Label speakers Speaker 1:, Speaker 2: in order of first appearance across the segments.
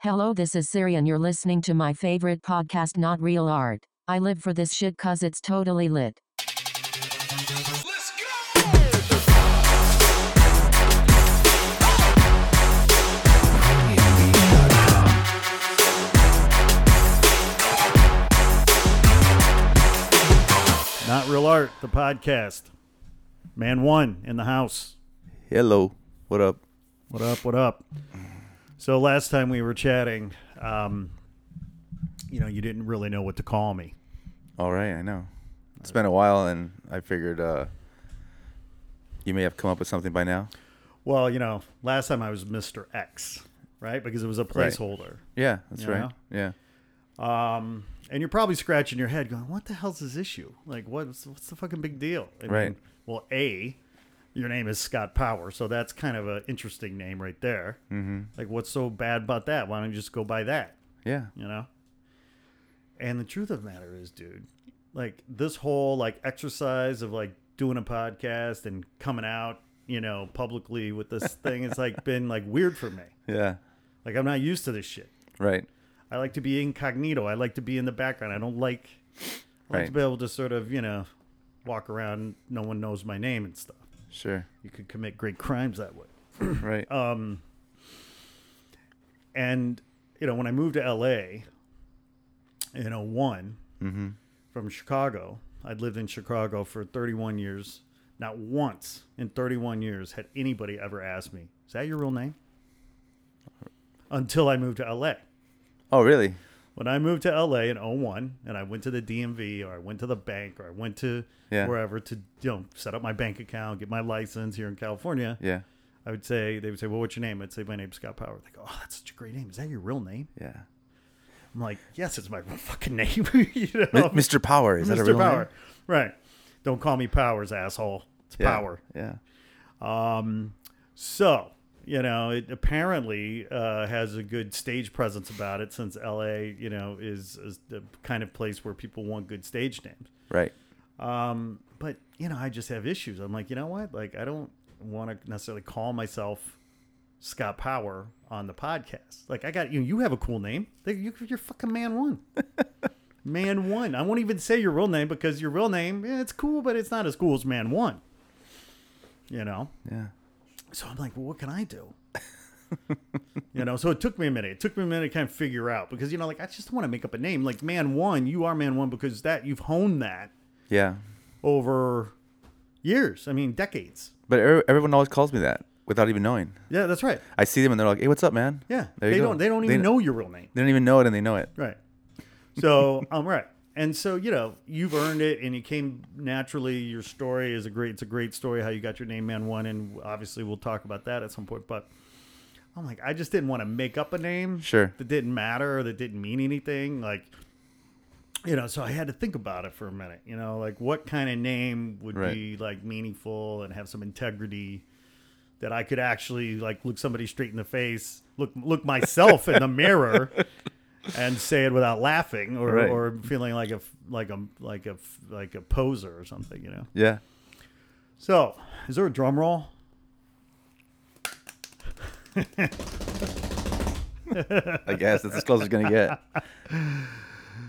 Speaker 1: Hello, this is Siri, and you're listening to my favorite podcast, Not Real Art. I live for this shit cause it's totally lit.
Speaker 2: Let's go!
Speaker 3: Not Real Art, the podcast. Man one in the house.
Speaker 4: Hello. What up?
Speaker 3: What up? What up? So last time we were chatting, um, you know, you didn't really know what to call me.
Speaker 4: All right, I know. It's been a while and I figured uh you may have come up with something by now.
Speaker 3: Well, you know, last time I was Mr. X, right? Because it was a
Speaker 4: Right.
Speaker 3: placeholder.
Speaker 4: Yeah, that's
Speaker 3: Yeah.
Speaker 4: right. Yeah.
Speaker 3: And you're probably scratching your head going, what the hell's this issue? Like, what's, what's the fucking big deal? I mean,
Speaker 4: Right.
Speaker 3: well, A, your name is Scott Power, so that's kind of an interesting name right there. Mm-hmm. Like, what's so bad about that? Why don't you just go by that?
Speaker 4: Yeah.
Speaker 3: you know and the truth of the matter is dude like this whole like exercise of like doing a podcast and coming out you know publicly with this thing it's like been like weird for me
Speaker 4: Yeah.
Speaker 3: like i'm not used to this shit
Speaker 4: Right.
Speaker 3: i like to be incognito i like to be in the background i don't like i like to
Speaker 4: Right.
Speaker 3: be able to sort of you know walk around no one knows my name and stuff
Speaker 4: Sure.
Speaker 3: you could commit great crimes that way
Speaker 4: Right.
Speaker 3: Uh, and you know when i moved to la in one
Speaker 4: Mm-hmm.
Speaker 3: from chicago i'd lived in chicago for 31 years not once in 31 years had anybody ever asked me is that your real name until i moved to la
Speaker 4: oh, really?
Speaker 3: when i moved to la in 01 and i went to the dmv or i went to the bank or i went to
Speaker 4: Yeah.
Speaker 3: wherever to you know set up my bank account get my license here in california
Speaker 4: Yeah.
Speaker 3: i would say they would say well what's your name i'd say my name's scott power they go oh that's such a great name is that your real name
Speaker 4: Yeah.
Speaker 3: I'm like, yes, it's my real fucking name. you know?
Speaker 4: Mi- Mr. Power, is that a
Speaker 3: Mr.
Speaker 4: real name?
Speaker 3: Oh, Power. Right. Don't call me Powers, asshole. It's
Speaker 4: Yeah.
Speaker 3: Power.
Speaker 4: Yeah.
Speaker 3: So, you know, it apparently uh, has a good stage presence about it since LA, you know, is, is the kind of place where people want good stage names.
Speaker 4: Right.
Speaker 3: But, you know, I just have issues. I'm like, you know what? Like, I don't want to necessarily call myself Scott Power on the podcast. Like, I got you. You have a cool name. Like, you, you're fucking man one. man one. I won't even say your real name because your real name, yeah, it's cool, but it's not as cool as man one. You know?
Speaker 4: Yeah.
Speaker 3: So I'm like, well, what can I do? you know, so it took me a minute. It took me a minute to kind of figure out because, you know, like, I just want to make up a name. Like, man one, you are man one because that, you've honed that
Speaker 4: Yeah.
Speaker 3: over years. I mean, decades.
Speaker 4: But er- everyone always calls me that without even knowing.
Speaker 3: Yeah, that's right.
Speaker 4: I see them and they're like, "Hey, what's up, man?"
Speaker 3: Yeah,
Speaker 4: There you
Speaker 3: they
Speaker 4: go.
Speaker 3: don't. They don't even
Speaker 4: kn-
Speaker 3: know your real name.
Speaker 4: They don't even know it and they know it.
Speaker 3: Right. So I'm right. And so you know you've earned it, and you came naturally. Your story is a great. It's a great story how you got your name, man. One, and obviously we'll talk about that at some point. But I'm like, I just didn't want to make up a name,
Speaker 4: Sure.
Speaker 3: that didn't matter or that didn't mean anything. Like, you know, so I had to think about it for a minute. You know, like what kind of name would
Speaker 4: Right.
Speaker 3: be like meaningful and have some integrity that I could actually like look somebody straight in the face, look look myself in the mirror, and say it without laughing or,
Speaker 4: Right.
Speaker 3: or feeling like a f- like a like a f- like a poser or something, you know.
Speaker 4: Yeah.
Speaker 3: So, is there a drum roll?
Speaker 4: I guess that's as close as it's gonna get.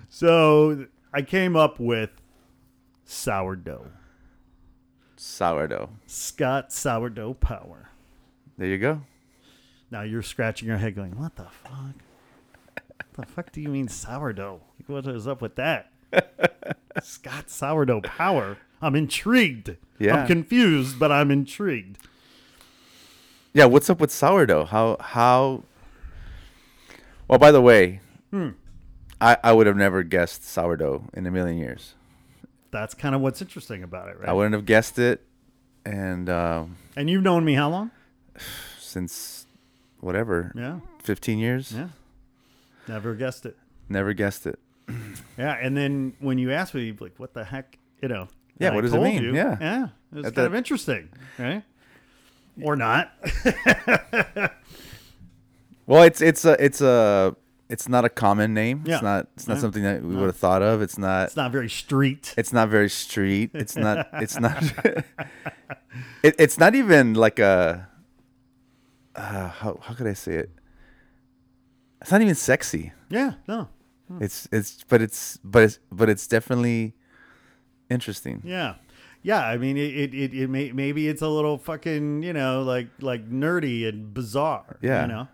Speaker 3: So I came up with sourdough,
Speaker 4: Sourdough.
Speaker 3: Scott Sourdough Power.
Speaker 4: There you go.
Speaker 3: Now you're scratching your head, going, "What the fuck? What the fuck do you mean sourdough? Like, What is up with that?" Scott sourdough power. I'm intrigued.
Speaker 4: Yeah.
Speaker 3: I'm confused, but I'm intrigued.
Speaker 4: Yeah, what's up with sourdough? How how? Well, by the way,
Speaker 3: Hmm.
Speaker 4: I I would have never guessed sourdough in a million years.
Speaker 3: That's kind of what's interesting about it, right?
Speaker 4: I wouldn't have guessed it, and um,
Speaker 3: and you've known me how long?
Speaker 4: since whatever,
Speaker 3: Yeah,
Speaker 4: fifteen years,
Speaker 3: yeah. Never guessed it.
Speaker 4: never guessed it.
Speaker 3: Yeah, and then when you asked me, like, what the heck, you know?
Speaker 4: Yeah,
Speaker 3: and
Speaker 4: what
Speaker 3: I
Speaker 4: does it
Speaker 3: told
Speaker 4: mean?
Speaker 3: you,
Speaker 4: Yeah.
Speaker 3: yeah, it was kind
Speaker 4: At that-
Speaker 3: of interesting, right? Or not?
Speaker 4: Well, it's it's a it's a it's not a common name.
Speaker 3: Yeah.
Speaker 4: It's not it's not
Speaker 3: Yeah.
Speaker 4: something that we would have thought of. It's not
Speaker 3: It's not very street.
Speaker 4: it's not very street. It's not. It's not. it, it's not even like a. Uh, how how could I say it? It's not even sexy.
Speaker 3: Yeah, no.
Speaker 4: It's it's but it's but it's but it's definitely interesting.
Speaker 3: Yeah. Yeah, I mean, it, it, it, it may, maybe it's a little fucking, you know, like like nerdy and bizarre.
Speaker 4: Yeah.
Speaker 3: You know?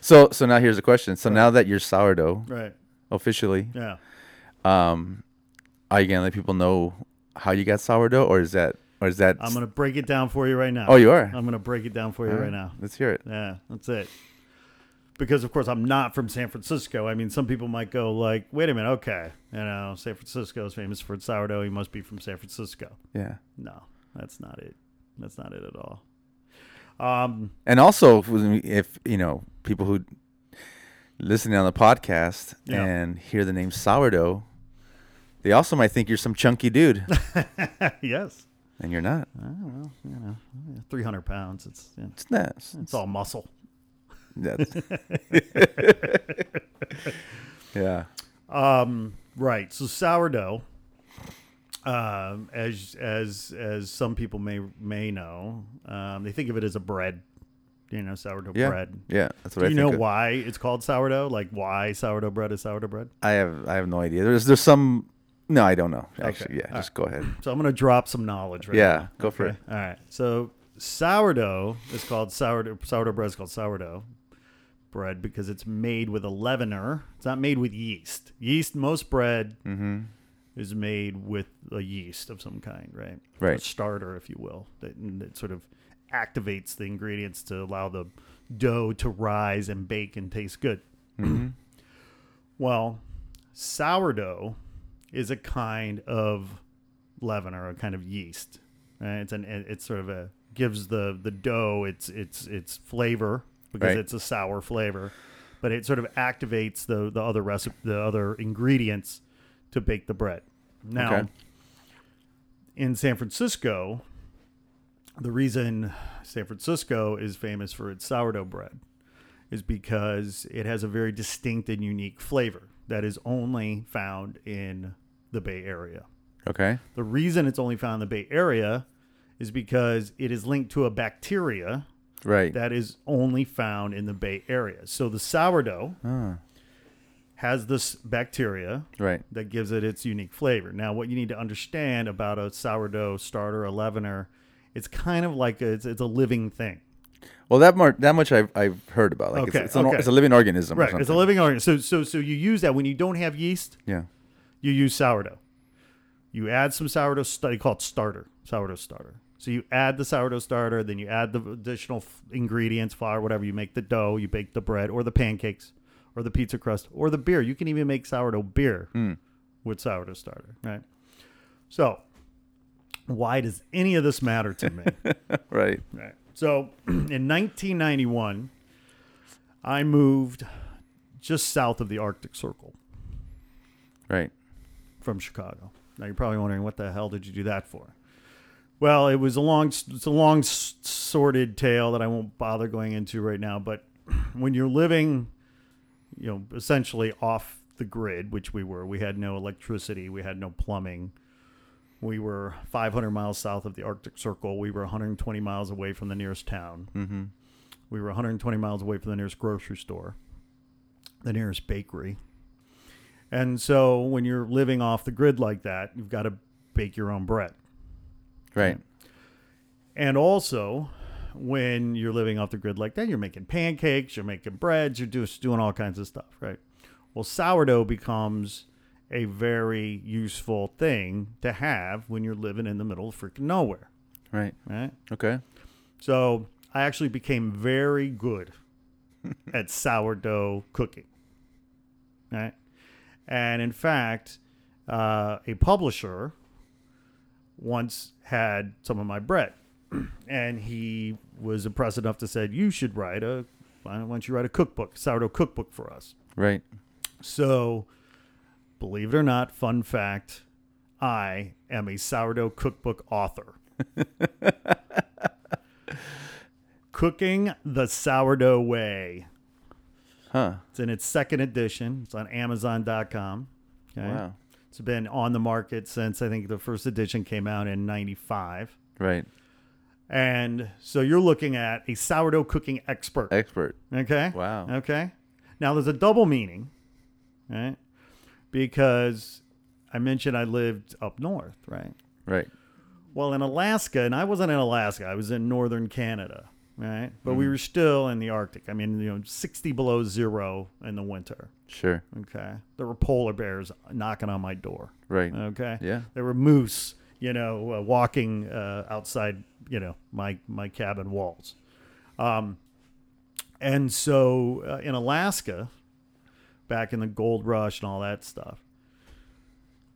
Speaker 4: So so now here's the question. So now that you're sourdough
Speaker 3: Right.
Speaker 4: officially,
Speaker 3: Yeah.
Speaker 4: are you gonna let people know how you got sourdough, or is that or is that?
Speaker 3: I'm going to break it down for you right now.
Speaker 4: Oh, you are?
Speaker 3: I'm going to break it down for you right now.
Speaker 4: Let's hear it.
Speaker 3: Yeah, that's it. Because of course I'm not from San Francisco. I mean, some people might go like, "Wait a minute, okay, you know, San Francisco is famous for its sourdough. He must be from San Francisco."
Speaker 4: Yeah.
Speaker 3: No, that's not it. That's not it at all. Um,
Speaker 4: And also, if, if you know people who listening on the podcast
Speaker 3: Yeah.
Speaker 4: and hear the name sourdough, they also might think you're some chunky dude,
Speaker 3: yes,
Speaker 4: and you're not.
Speaker 3: three hundred pounds. It's you know,
Speaker 4: It's not. It's,
Speaker 3: it's all muscle.
Speaker 4: that's, yeah.
Speaker 3: Right. So sourdough, um, as as as some people may may know, um, they think of it as a bread. You know, sourdough
Speaker 4: Yeah.
Speaker 3: bread.
Speaker 4: Yeah. That's what
Speaker 3: Do
Speaker 4: I
Speaker 3: you
Speaker 4: think
Speaker 3: know
Speaker 4: of.
Speaker 3: why it's called sourdough? Like why sourdough bread is sourdough bread?
Speaker 4: I have. I have no idea. There's. There's some. No, I don't know. Actually, yeah. Just go ahead.
Speaker 3: So I'm gonna drop some knowledge. Right
Speaker 4: Yeah. Go for it.
Speaker 3: Now. All right. So sourdough is called sourdough. Sourdough bread is called sourdough bread because it's made with a leavener. It's not made with yeast. Yeast. Most bread is made with a yeast of some kind, right?
Speaker 4: Right.
Speaker 3: A starter, if you will, that, that sort of activates the ingredients to allow the dough to rise and bake and taste good. well, sourdough is a kind of leaven or a kind of yeast. Right? It's an it's sort of a gives the the dough its its its flavor because
Speaker 4: Right.
Speaker 3: it's a sour flavor, but it sort of activates the the other recipe the other ingredients to bake the bread. Now,
Speaker 4: Okay.
Speaker 3: in San Francisco, the reason San Francisco is famous for its sourdough bread is because it has a very distinct and unique flavor that is only found in the Bay Area.
Speaker 4: Okay.
Speaker 3: The reason it's only found in the Bay Area is because it is linked to a bacteria
Speaker 4: Right.
Speaker 3: that is only found in the Bay Area. So the sourdough has this bacteria
Speaker 4: right.
Speaker 3: that gives it its unique flavor. Now, what you need to understand about a sourdough starter, a leavener, it's kind of like a, it's, it's a living thing.
Speaker 4: Well, that mar- that much I've, I've heard about. Like
Speaker 3: Okay,
Speaker 4: it's, it's, an, or
Speaker 3: okay.
Speaker 4: it's a living organism. Or
Speaker 3: Right.
Speaker 4: something.
Speaker 3: It's a living organism. So, so, so you use that when you don't have yeast,
Speaker 4: Yeah.
Speaker 3: you use sourdough. You add some sourdough, sta- they call it starter, sourdough starter. So you add the sourdough starter, then you add the additional f- ingredients, flour, whatever. You make the dough, you bake the bread or the pancakes or the pizza crust or the beer. You can even make sourdough beer with sourdough starter, right? So why does any of this matter to me?
Speaker 4: Right.
Speaker 3: Right. So in 1991, I moved just south of the Arctic Circle
Speaker 4: Right.
Speaker 3: from Chicago. Now you're probably wondering, what the hell did you do that for? Well, it was a long, it's a long, s- sordid tale that I won't bother going into right now. But when you're living, you know, essentially off the grid, which we were, we had no electricity, we had no plumbing. We were 500 miles south of the Arctic Circle. We were 120 miles away from the nearest town. Mm-hmm. We were 120 miles away from the nearest grocery store, the nearest bakery, and so when you're living off the grid like that, you've got to bake your own bread.
Speaker 4: Right.
Speaker 3: And also, when you're living off the grid like that, you're making pancakes, you're making breads, you're just doing all kinds of stuff, right? Well, sourdough becomes a very useful thing to have when you're living in the middle of freaking nowhere,
Speaker 4: Right.
Speaker 3: right?
Speaker 4: Okay.
Speaker 3: So I actually became very good at sourdough cooking. Right. And in fact, uh, a publisher once had some of my bread, and he was impressed enough to said, "You should write a, why don't you write a cookbook, sourdough cookbook for us?"
Speaker 4: Right.
Speaker 3: So, believe it or not, fun fact I am a sourdough cookbook author. Cooking the Sourdough Way.
Speaker 4: Huh.
Speaker 3: It's in its second edition. It's on Amazon.com. Okay?
Speaker 4: Wow.
Speaker 3: It's been on the market since I think the first edition came out in 95.
Speaker 4: Right.
Speaker 3: And so you're looking at a sourdough cooking expert.
Speaker 4: Expert.
Speaker 3: Okay.
Speaker 4: Wow.
Speaker 3: Okay. Now there's a double meaning, right? Because I mentioned I lived up north, right?
Speaker 4: Right.
Speaker 3: Well, in Alaska, and I wasn't in Alaska, I was in northern Canada, right? But we were still in the Arctic. I mean, you know, 60 below zero in the winter,
Speaker 4: Sure.
Speaker 3: okay? There were polar bears knocking on my door,
Speaker 4: Right.
Speaker 3: okay?
Speaker 4: Yeah.
Speaker 3: There were moose, you know, uh, walking uh, outside, you know, my, my cabin walls. Um, and so uh, in Alaska, back in the gold rush and all that stuff,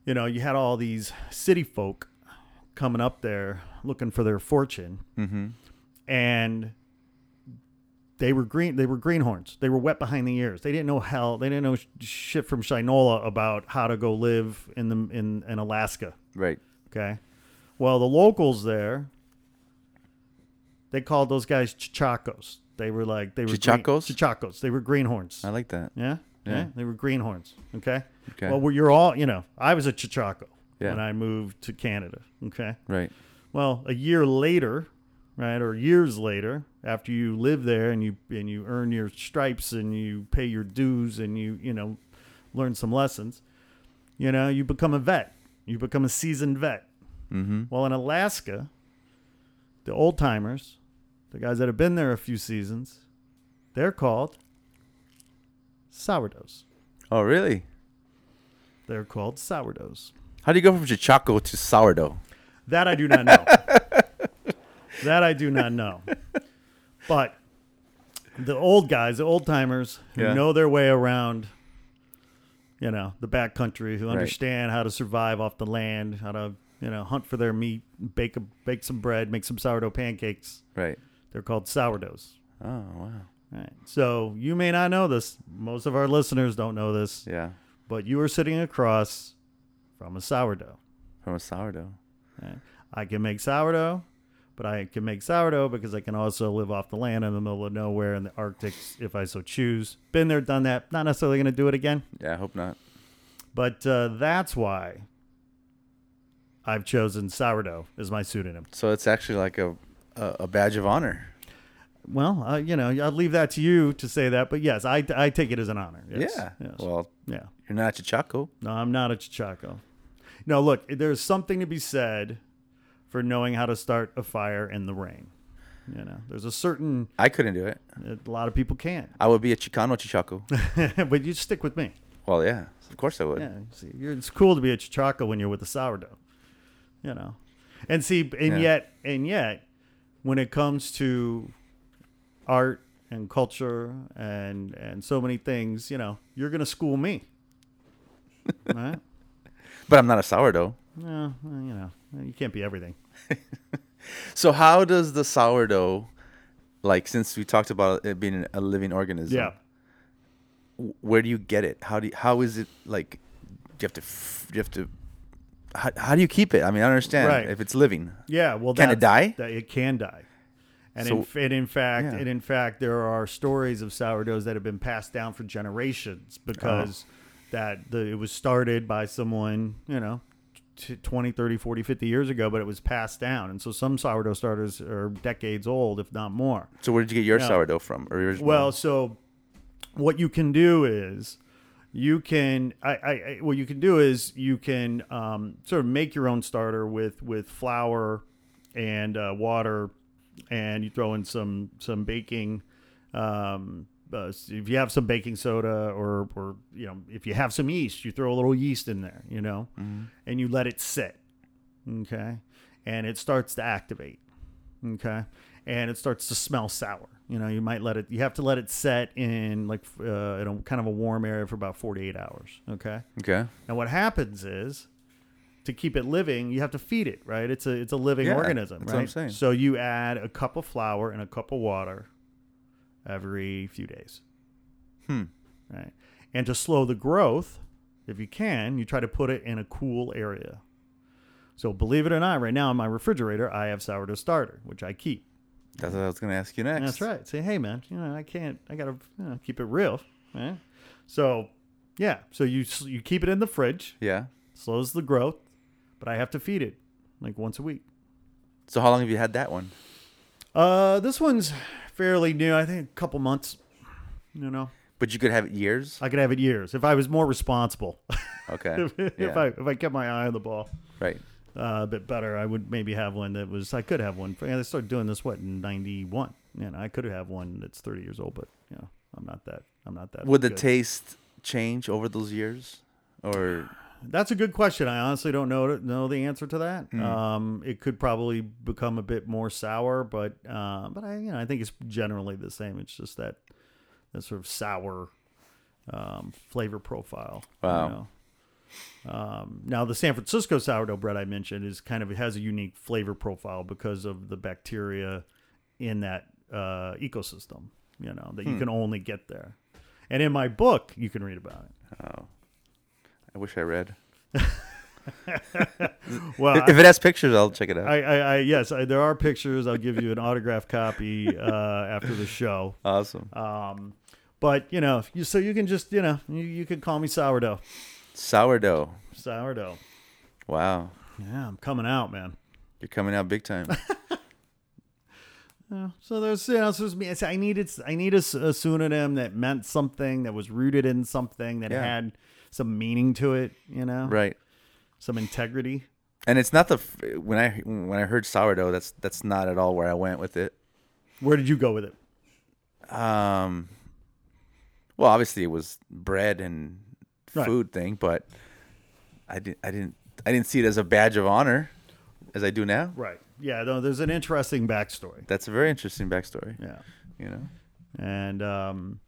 Speaker 3: you know, you had all these city folk coming up there looking for their fortune, and they were green. They were greenhorns. They were wet behind the ears. They didn't know hell. They didn't know sh- shit from Shinola about how to go live in the in, in Alaska.
Speaker 4: Right.
Speaker 3: Okay, well, the locals there, they called those guys chichacos. They were like they were green-
Speaker 4: Chichacos?
Speaker 3: chichacos. They were greenhorns.
Speaker 4: I like that.
Speaker 3: Yeah. Yeah.
Speaker 4: Yeah.
Speaker 3: They were greenhorns. Okay.
Speaker 4: Okay.
Speaker 3: Well, we're, you're all, you know, I was a Chichaco
Speaker 4: Yeah.
Speaker 3: when I moved to Canada. Okay.
Speaker 4: Right.
Speaker 3: Well, a year later, right, or years later, after you live there and you and you earn your stripes and you pay your dues and you you know learn some lessons, you know, you become a vet. You become a seasoned vet. Mm-hmm. Well, in Alaska, the old timers, the guys that have been there a few seasons, they're called sourdoughs.
Speaker 4: Oh, really?
Speaker 3: They're called sourdoughs.
Speaker 4: How do you go from chichaco to sourdough?
Speaker 3: That I do not know. that I do not know. But the old guys, the old timers who
Speaker 4: Yeah.
Speaker 3: know their way around, you know, the back country, who
Speaker 4: Right.
Speaker 3: understand how to survive off the land, how to, you know, hunt for their meat, bake a, bake some bread, make some sourdough pancakes.
Speaker 4: Right.
Speaker 3: They're called sourdoughs.
Speaker 4: Oh, wow.
Speaker 3: Right. So you may not know this. Most of our listeners don't know this,
Speaker 4: Yeah.
Speaker 3: but you are sitting across from a sourdough.
Speaker 4: From a sourdough.
Speaker 3: Right? I can make sourdough, but I can make sourdough because I can also live off the land in the middle of nowhere in the Arctic if I so choose. Been there, done that. Not necessarily going to do it again,
Speaker 4: Yeah, I hope not.
Speaker 3: but uh, that's why I've chosen sourdough as my pseudonym.
Speaker 4: So it's actually like a a, a badge of honor.
Speaker 3: Well, uh, you know, I'll leave that to you to say that, but yes, I, I take it as an honor. Yes.
Speaker 4: yeah.
Speaker 3: Yes.
Speaker 4: Well,
Speaker 3: yeah.
Speaker 4: you're not chichaco.
Speaker 3: No, I'm not a Chichaco. No, look, there's something to be said for knowing how to start a fire in the rain. You know, there's a certain
Speaker 4: I couldn't do it.
Speaker 3: A lot of people can,
Speaker 4: I would be a chicano chichaco.
Speaker 3: but you stick with me.
Speaker 4: well, yeah. Of course I would.
Speaker 3: Yeah, see, you're, it's cool to be a chichaco when you're with a sourdough, you know. And see, and
Speaker 4: Yeah.
Speaker 3: yet, and yet, when it comes to art and culture and and so many things, you know, you're gonna school me, right?
Speaker 4: But I'm not a sourdough.
Speaker 3: No, well, you know, you can't be everything.
Speaker 4: So how does the sourdough like since we talked about it being a living organism?
Speaker 3: Yeah.
Speaker 4: where do you get it? How do you, how is it like? Do you have to f- do you have to? How, how do you keep it? I mean, I don't understand
Speaker 3: Right.
Speaker 4: if it's living.
Speaker 3: Yeah, well,
Speaker 4: Can it
Speaker 3: that's-
Speaker 4: die?
Speaker 3: That it can die, and in,
Speaker 4: So-
Speaker 3: f- and in fact,
Speaker 4: Yeah.
Speaker 3: and in fact, there are stories of sourdoughs that have been passed down for generations because
Speaker 4: Uh-huh.
Speaker 3: that the, it was started by someone, you know. t- 20 30 40 50 years ago but it was passed down and so some sourdough starters are decades old if not more
Speaker 4: So where did you get your
Speaker 3: No.
Speaker 4: sourdough from? Or yours
Speaker 3: well, so what you can do is you can I, I, I what you can do is you can um, sort of make your own starter with with flour and uh, water, and you throw in some some baking. Um, uh, if you have some baking soda or or you know if you have some yeast, you throw a little yeast in there, you know, and you let it sit. Okay, and it starts to activate okay and it starts to smell sour you know you might let it you have to let it set in like uh, in a kind of a warm area for about 48 hours okay
Speaker 4: okay.
Speaker 3: now what happens is to keep it living you have to feed it right it's a it's a living
Speaker 4: Yeah,
Speaker 3: organism
Speaker 4: that's
Speaker 3: right
Speaker 4: what I'm saying.
Speaker 3: so you add a cup of flour and a cup of water every few days hmm right and to slow the growth if you can you try to put it in a cool area so believe it or not right now in my refrigerator i have sourdough starter which i keep
Speaker 4: That's what I was gonna ask you next.
Speaker 3: that's right. Say, hey, man, you know, I can't, I gotta, you know, keep it real, man. So, yeah. So you s- you keep it in the fridge,
Speaker 4: Yeah.
Speaker 3: slows the growth, but I have to feed it like once a week.
Speaker 4: So how long have you had that one?
Speaker 3: Uh, this one's fairly new. I think a couple months. You know,
Speaker 4: But you could have it years.
Speaker 3: I could have it years if I was more responsible.
Speaker 4: Okay.
Speaker 3: if, if
Speaker 4: yeah.
Speaker 3: I if I kept my eye on the ball
Speaker 4: right.
Speaker 3: uh, a bit better, I would maybe have one that was I could have one. And I started doing this what in '91, and I could have one that's 30 years old, but you know I'm not that I'm not that.
Speaker 4: Would the
Speaker 3: good.
Speaker 4: taste change over those years, or
Speaker 3: That's a good question. I honestly don't know know the answer to that. Um, it could probably become a bit more sour, but uh, but I you know I think it's generally the same. It's just that that sort of sour um, flavor profile. you
Speaker 4: Wow.
Speaker 3: know. Um, now the San Francisco sourdough bread I mentioned is kind of it has a unique flavor profile because of the bacteria in that uh, ecosystem. You know that you can only get there. And in my book, you can read about it.
Speaker 4: I wish I read.
Speaker 3: Well,
Speaker 4: if it has pictures, I'll check it out.
Speaker 3: I, I, I yes, I, there are pictures. I'll give you an autographed copy uh, after the show.
Speaker 4: awesome.
Speaker 3: Um, but you know, you, so you can just you know you, you can call me sourdough,
Speaker 4: Sourdough.
Speaker 3: sourdough.
Speaker 4: Wow,
Speaker 3: Yeah, I'm coming out, man.
Speaker 4: you're coming out big time.
Speaker 3: Yeah, so there's you know, so there's me. it's- I needed I need a, s- a pseudonym that meant something that was rooted in something that
Speaker 4: Yeah.
Speaker 3: had some meaning to it. You know,
Speaker 4: right.
Speaker 3: some integrity.
Speaker 4: And it's not the f- when I when I heard sourdough, that's that's not at all where I went with it.
Speaker 3: Where did you go with it?
Speaker 4: Um, well, obviously it was bread and
Speaker 3: Right.
Speaker 4: food thing, but I didn't I didn't I didn't see it as a badge of honor as I do now.
Speaker 3: Right. Yeah. No, there's an interesting backstory.
Speaker 4: That's a very interesting backstory.
Speaker 3: Yeah.
Speaker 4: You know.
Speaker 3: and um,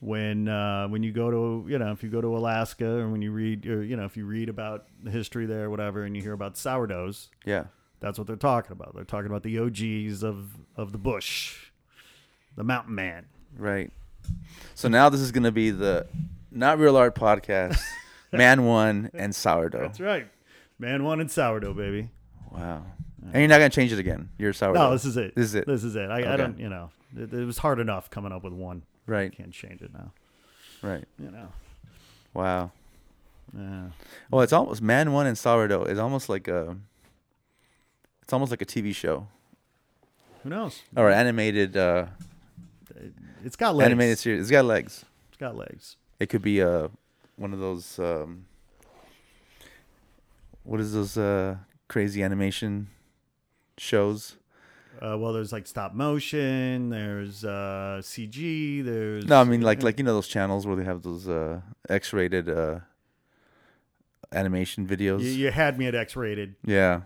Speaker 3: when uh, when you go to you know if you go to Alaska or when you read or, you know if you read about the history there or whatever and you hear about sourdoughs,
Speaker 4: Yeah.
Speaker 3: that's what they're talking about. They're talking about the OGs of of the bush, the mountain man.
Speaker 4: Right. So now this is going to be the Not Real Art podcast, Man One, and Sourdough.
Speaker 3: right, man wanted sourdough, baby.
Speaker 4: Wow. And you're not going to change it again. You're Sourdough.
Speaker 3: No, this is it.
Speaker 4: This is it.
Speaker 3: This is it. I, I
Speaker 4: Okay.
Speaker 3: don't you know it, it was hard enough coming up with one.
Speaker 4: Right.
Speaker 3: Can't change it now.
Speaker 4: Right.
Speaker 3: You know.
Speaker 4: Wow.
Speaker 3: Yeah.
Speaker 4: Well, it's almost Man One and Sourdough is almost like a. It's almost like a TV show
Speaker 3: Who knows?
Speaker 4: or animated uh,
Speaker 3: It's got legs.
Speaker 4: animated series. It's got legs.
Speaker 3: It's got legs.
Speaker 4: It could be uh, one of those. Um, what is those uh, crazy animation shows?
Speaker 3: Uh, well, there's like stop motion. There's uh, CG. There's
Speaker 4: No, I mean like like you know those channels where they have those uh, X-rated uh, animation videos.
Speaker 3: you, you had me at X-rated.
Speaker 4: Yeah.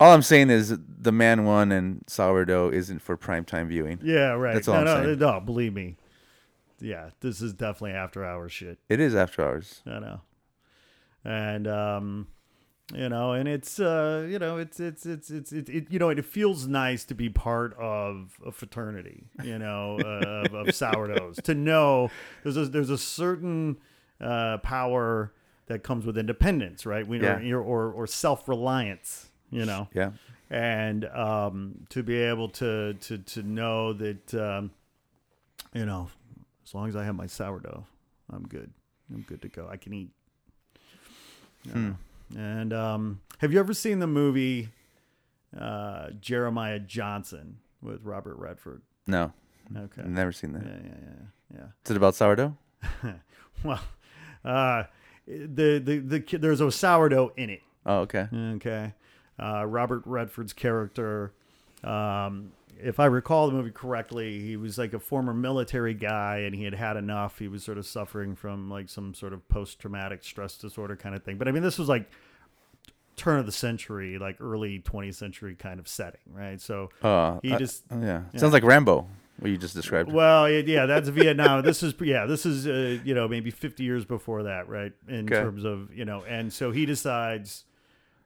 Speaker 4: All I'm saying is the Man One and Sourdough isn't for primetime viewing.
Speaker 3: Yeah, right.
Speaker 4: That's all
Speaker 3: no,
Speaker 4: I'm
Speaker 3: no,
Speaker 4: saying.
Speaker 3: no. Believe me. Yeah, this is definitely after hour shit.
Speaker 4: It is after hours.
Speaker 3: I know. And um, you know, and it's uh, you know, it's it's it's it's it, it you know, it feels nice to be part of a fraternity, you know, uh, of, of sourdoughs. to know there's a there's a certain uh, power that comes with independence, right? We
Speaker 4: Yeah.
Speaker 3: or, or or self reliance, you know
Speaker 4: Yeah.
Speaker 3: and um, to be able to to to know that um, you know as long as I have my sourdough, I'm good. I'm good to go. I can eat. You know. And um, have you ever seen the movie uh, Jeremiah Johnson with Robert Redford?
Speaker 4: No,
Speaker 3: Okay.
Speaker 4: I've never seen that.
Speaker 3: Yeah, yeah, yeah, yeah.
Speaker 4: Is it about sourdough?
Speaker 3: Well, uh, the, the the ki- there's a sourdough in it.
Speaker 4: Oh, okay.
Speaker 3: Okay. Uh, Robert Redford's character, um, if I recall the movie correctly, he was like a former military guy and he had had enough. He was sort of suffering from like some sort of post traumatic stress disorder kind of thing. But I mean, this was like turn of the century, like early 20th century kind of setting, right? So
Speaker 4: Uh,
Speaker 3: he
Speaker 4: I-
Speaker 3: just.
Speaker 4: oh, yeah. Sounds like Rambo. What you just described.
Speaker 3: Well, y- yeah, that's Vietnam. This is yeah, this is uh, you know maybe 50 years before that, right? In
Speaker 4: Okay.
Speaker 3: terms of you know, and so he decides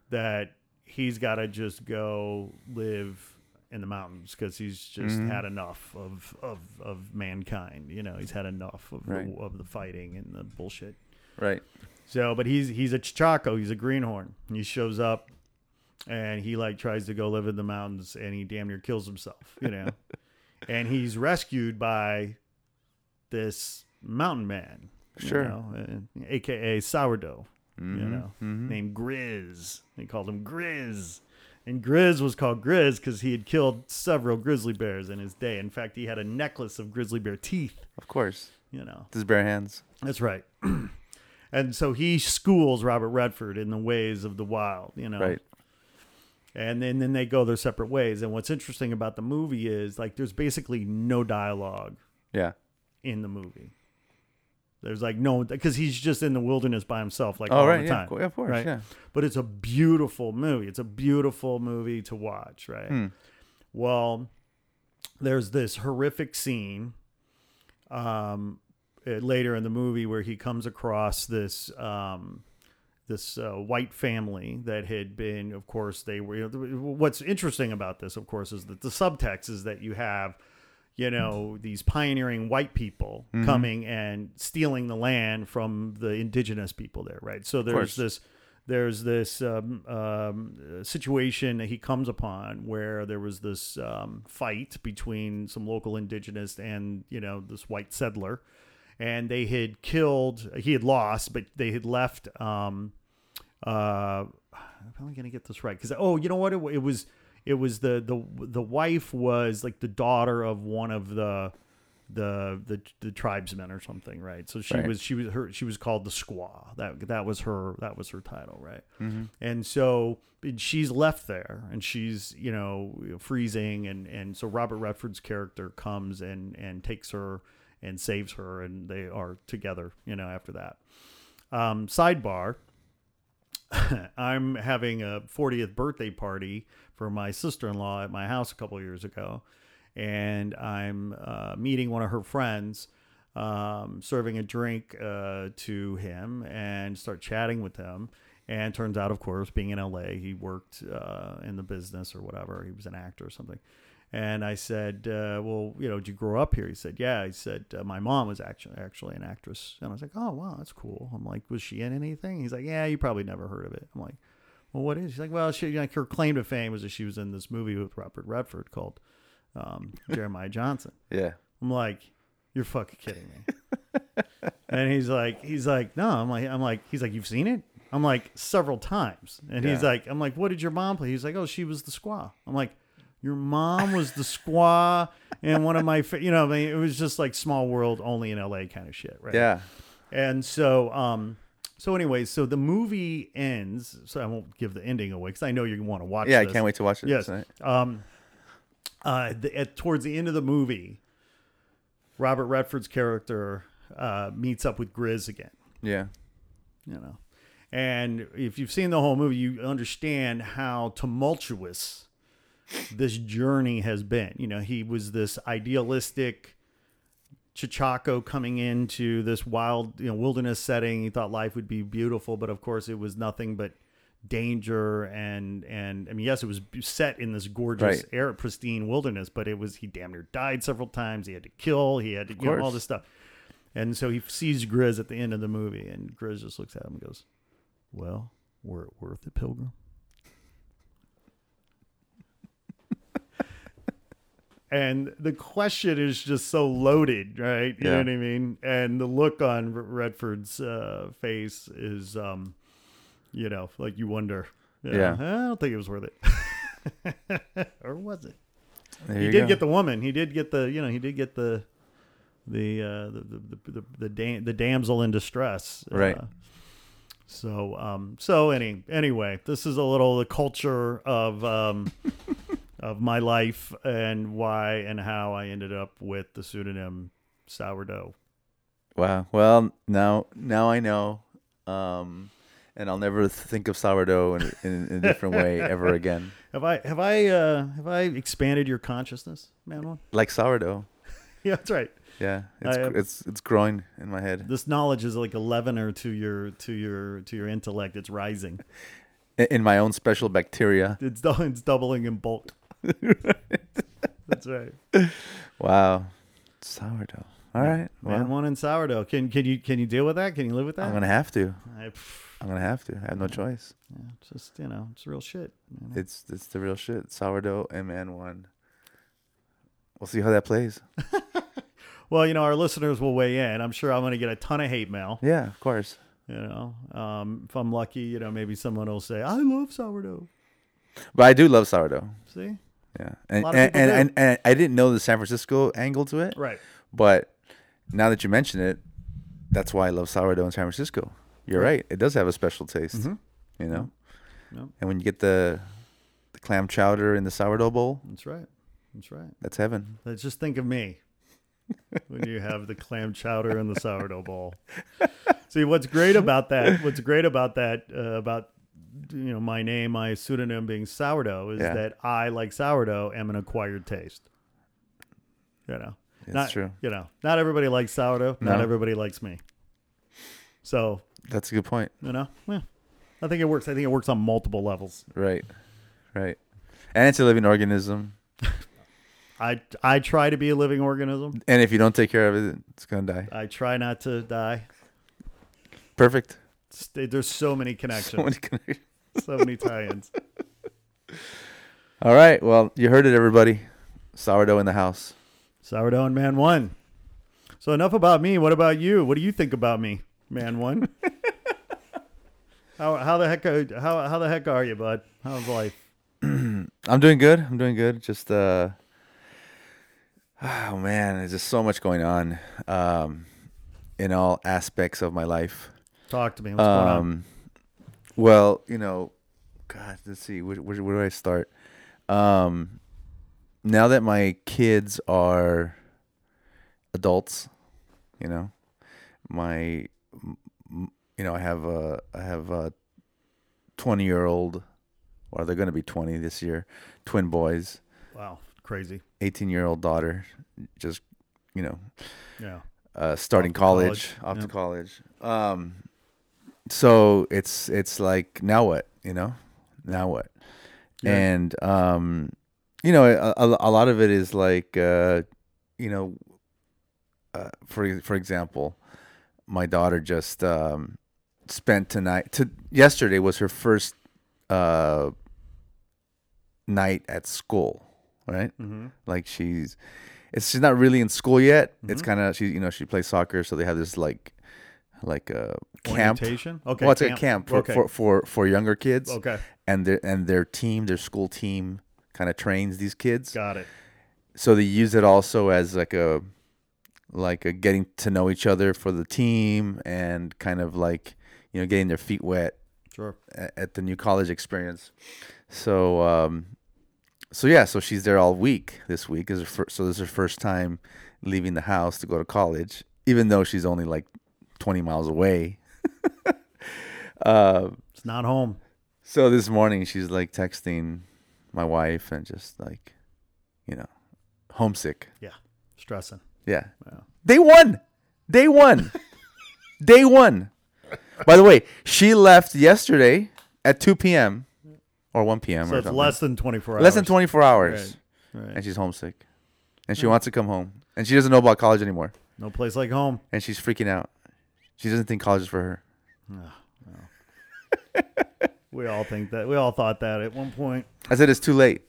Speaker 3: that he's got to just go live in the mountains because he's just
Speaker 4: Mm-hmm.
Speaker 3: had enough of, of of mankind. You know, he's had enough of
Speaker 4: Right.
Speaker 3: the, of the fighting and the bullshit.
Speaker 4: Right.
Speaker 3: So, but he's he's a chaco. He's a greenhorn. He shows up, and he like tries to go live in the mountains, and he damn near kills himself. You know, and he's rescued by this mountain man. you
Speaker 4: Sure.
Speaker 3: know, uh, and- aka sourdough. You know, named Grizz. They called him Grizz, And Grizz was called Grizz because he had killed several grizzly bears in his day. In fact, he had a necklace of grizzly bear teeth.
Speaker 4: Of course.
Speaker 3: You know,
Speaker 4: With his bare hands.
Speaker 3: that's right. and so he schools Robert Redford in the ways of the wild. You know,
Speaker 4: Right.
Speaker 3: and then then they go their separate ways. And what's interesting about the movie is like there's basically no dialogue
Speaker 4: Yeah.
Speaker 3: in the movie. There's like no because he's just in the wilderness by himself, like
Speaker 4: Oh,
Speaker 3: all
Speaker 4: right,
Speaker 3: the
Speaker 4: yeah,
Speaker 3: time.
Speaker 4: of cour- yeah, of course,
Speaker 3: right?
Speaker 4: yeah.
Speaker 3: But it's a beautiful movie. It's a beautiful movie to watch, right?
Speaker 4: Hmm.
Speaker 3: Well, there's this horrific scene um, eh, later in the movie where he comes across this um, this uh, white family that had been, of course, they were. What's interesting about this, of course, is that the subtext is that you have, you know, these pioneering white people coming and stealing the land from the indigenous people there, right? So there's
Speaker 4: course.
Speaker 3: this. There's this um, um, uh, situation that he comes upon where there was this um, fight between some local indigenous and you know this white settler, and they had killed. He had lost, but they had left. Um, uh, I'm probably gonna get this right because oh, you know what? It, wa- it was it was the the the wife was like the daughter of one of the the the, the tribesmen or something, right? So she
Speaker 4: Right.
Speaker 3: was she was her she was called the squaw. That that was her that was her title, right? And so and she's left there, and she's you know freezing, and and so Robert Redford's character comes and and takes her and saves her, and they are together, you know, after that. Um, sidebar. I'm having a 40th birthday party for my sister in law at my house a couple years ago, and I'm uh, meeting one of her friends, um, serving a drink uh, to him, and start chatting with him. And turns out, of course, being in LA, he worked uh, in the business or whatever. He was an actor or something. And I said, uh, "Well, you know, did you grow up here?" He said, "Yeah." He said, uh, "My mom was actually actually an actress." And I was like, "Oh, wow, that's cool." I'm like, "Was she in anything?" He's like, "Yeah, you probably never heard of it." I'm like, "Well, what is?" She's like, "Well, she like her claim to fame was that she was in this movie with Robert Redford called um, Jeremiah Johnson."
Speaker 4: Yeah.
Speaker 3: I'm like, "You're fucking kidding me." and he's like, he's like, "No," I'm like, I'm like, he's like, "You've seen it?" I'm like, several times. And he's
Speaker 4: Yeah.
Speaker 3: like, I'm like, "What did your mom play?" He's like, "Oh, she was the squaw." I'm like, "Your mom was the squaw." And one of my, fa- you know, I mean, it was just like small world, only in LA kind of shit, right?
Speaker 4: Yeah.
Speaker 3: And so, um, so anyway, so the movie ends. So I won't give the ending away because I know you want to watch.
Speaker 4: Yeah, I
Speaker 3: this.
Speaker 4: can't wait to watch it
Speaker 3: Yes.
Speaker 4: tonight.
Speaker 3: Um, uh, the, at towards the end of the movie, Robert Redford's character uh, meets up with Grizz again.
Speaker 4: Yeah.
Speaker 3: You know, and if you've seen the whole movie, you understand how tumultuous this journey has been. You know, he was this idealistic. Chichaco coming into this wild, you know, wilderness setting. He thought life would be beautiful, but of course, it was nothing but danger and and I mean, yes, it was set in this gorgeous,
Speaker 4: Right.
Speaker 3: air, pristine wilderness, but it was he damn near died several times. He had to kill. He had to you know, all
Speaker 4: course.
Speaker 3: this stuff. And so he sees Grizz at the end of the movie, and Grizz just looks at him and goes, "Well, were it worth it, Pilgrim?" and the question is just so loaded, right? You know
Speaker 4: Yeah.
Speaker 3: what I mean? And the look on R- Redford's uh, face is, um, you know, like you wonder. you
Speaker 4: Yeah.
Speaker 3: know, I don't think it was worth it. or was it?
Speaker 4: There
Speaker 3: he
Speaker 4: you
Speaker 3: did
Speaker 4: go.
Speaker 3: get the woman. He did get the, you know, he did get the, the uh, the the the, the, dam- the damsel in distress.
Speaker 4: Right.
Speaker 3: Uh, so um so any anyway, this is a little the culture of um of my life and why and how I ended up with the pseudonym sourdough.
Speaker 4: Wow. Well, now now I know, um, and I'll never think of sourdough in, in, in a different way ever again.
Speaker 3: Have I have I uh have I expanded your consciousness, Manuel?
Speaker 4: Like sourdough.
Speaker 3: Yeah, that's right.
Speaker 4: Yeah, it's
Speaker 3: I, uh,
Speaker 4: it's it's growing in my head.
Speaker 3: This knowledge is like a leavener to your to your to your intellect. It's rising.
Speaker 4: In- In my own special bacteria.
Speaker 3: It's dou- it's doubling in bulk. That's right.
Speaker 4: Wow. Sourdough. All right.
Speaker 3: Man,
Speaker 4: Well,
Speaker 3: one in sourdough. Can can you can you deal with that? Can you live with that?
Speaker 4: I'm gonna have to.
Speaker 3: I- pff,
Speaker 4: I'm gonna have to. I have no choice.
Speaker 3: yeah, it's just you know, it's real shit. you know.
Speaker 4: It's it's the real shit. Sourdough MN one. We'll see how that plays.
Speaker 3: Well, you know, our listeners will weigh in. I'm sure I'm going to get a ton of hate mail.
Speaker 4: Yeah, of course.
Speaker 3: You know, um, if I'm lucky, you know, maybe someone will say, "I love sourdough."
Speaker 4: But I do love sourdough.
Speaker 3: See,
Speaker 4: Yeah, and
Speaker 3: lot of
Speaker 4: and,
Speaker 3: people
Speaker 4: and,
Speaker 3: do.
Speaker 4: and and I didn't know the San Francisco angle to it.
Speaker 3: right?
Speaker 4: But now that you mention it, that's why I love sourdough in San Francisco. You're right. It does have a special taste. You know.
Speaker 3: Mm-hmm. Yep.
Speaker 4: And when you get the the clam chowder in the sourdough bowl,
Speaker 3: That's right. That's right.
Speaker 4: that's heaven.
Speaker 3: Let's just think of me when you have the clam chowder and the sourdough bowl. See what's great about that? What's great about that? Uh, about you know my name, my pseudonym being sourdough is
Speaker 4: Yeah.
Speaker 3: that I like sourdough am an acquired taste. You know,
Speaker 4: That's
Speaker 3: not,
Speaker 4: true.
Speaker 3: You know, not everybody likes sourdough. Not
Speaker 4: No.
Speaker 3: everybody likes me. So
Speaker 4: That's a good point.
Speaker 3: you know, yeah, I think it works. I think it works on multiple levels.
Speaker 4: Right. Right. And it's a living organism.
Speaker 3: I I try to be a living organism.
Speaker 4: And if you don't take care of it, it's gonna die.
Speaker 3: I try not to die.
Speaker 4: Perfect.
Speaker 3: It's- There's so many connections.
Speaker 4: Someone can-
Speaker 3: so many tie-ins.
Speaker 4: All right. Well, you heard it, everybody. Sourdough in the house.
Speaker 3: Sourdough and Man One. So enough about me. What about you? What do you think about me, Man One? how how the heck are, how how the heck are you, bud? How's life?
Speaker 4: I'm doing good. I'm doing good. Just uh Oh man, there's just so much going on um in all aspects of my life.
Speaker 3: Talk to me. What's going on?
Speaker 4: Um well, you know, god, let's see where, where, where do I start? Um now that my kids are adults, you know, my m- m- you know, I have a I have a 20-year-old or they're going to be 20 this year, twin boys.
Speaker 3: Wow, crazy.
Speaker 4: 18 year old daughter just you know
Speaker 3: Yeah,
Speaker 4: uh, starting
Speaker 3: to
Speaker 4: college,
Speaker 3: college,
Speaker 4: off
Speaker 3: yeah.
Speaker 4: to college um so it's it's like now what you know now what
Speaker 3: Yeah.
Speaker 4: and um you know a, a, a lot of it is like uh you know uh, for for example my daughter just um spent tonight to yesterday was her first uh night at school right
Speaker 3: mm-hmm.
Speaker 4: like she's it's she's not really in school yet it's
Speaker 3: Mm-hmm.
Speaker 4: kind of she you know she plays soccer so they have this like like a camp
Speaker 3: Orientation? Okay,
Speaker 4: well it's like
Speaker 3: camp.
Speaker 4: a camp for,
Speaker 3: Okay.
Speaker 4: for for for younger kids
Speaker 3: Okay.
Speaker 4: and their and their team their school team kind of trains these kids
Speaker 3: got it.
Speaker 4: so they use it also as like a like a getting to know each other for the team and kind of like you know getting their feet wet
Speaker 3: Sure.
Speaker 4: a- at the new college experience. So um, so yeah, so she's there all week this week. Is her fir- so this is her first time leaving the house to go to college, even though she's only like twenty miles away. uh,
Speaker 3: It's not home.
Speaker 4: so this morning she's like texting my wife and just like, you know, homesick.
Speaker 3: Yeah, stressing.
Speaker 4: Yeah.
Speaker 3: Wow.
Speaker 4: Day one. Day one. Day one. By the way, she left yesterday at 2 p.m. or 1 p.m.
Speaker 3: So
Speaker 4: or
Speaker 3: it's
Speaker 4: something.
Speaker 3: less than 24 hours.
Speaker 4: Less than 24 hours.
Speaker 3: Right.
Speaker 4: And she's homesick. And she wants to come home. And she doesn't know about college anymore.
Speaker 3: No place like home.
Speaker 4: And she's freaking out. She doesn't think college is for her.
Speaker 3: We all think that. We all thought that at one point.
Speaker 4: I said, it's too late.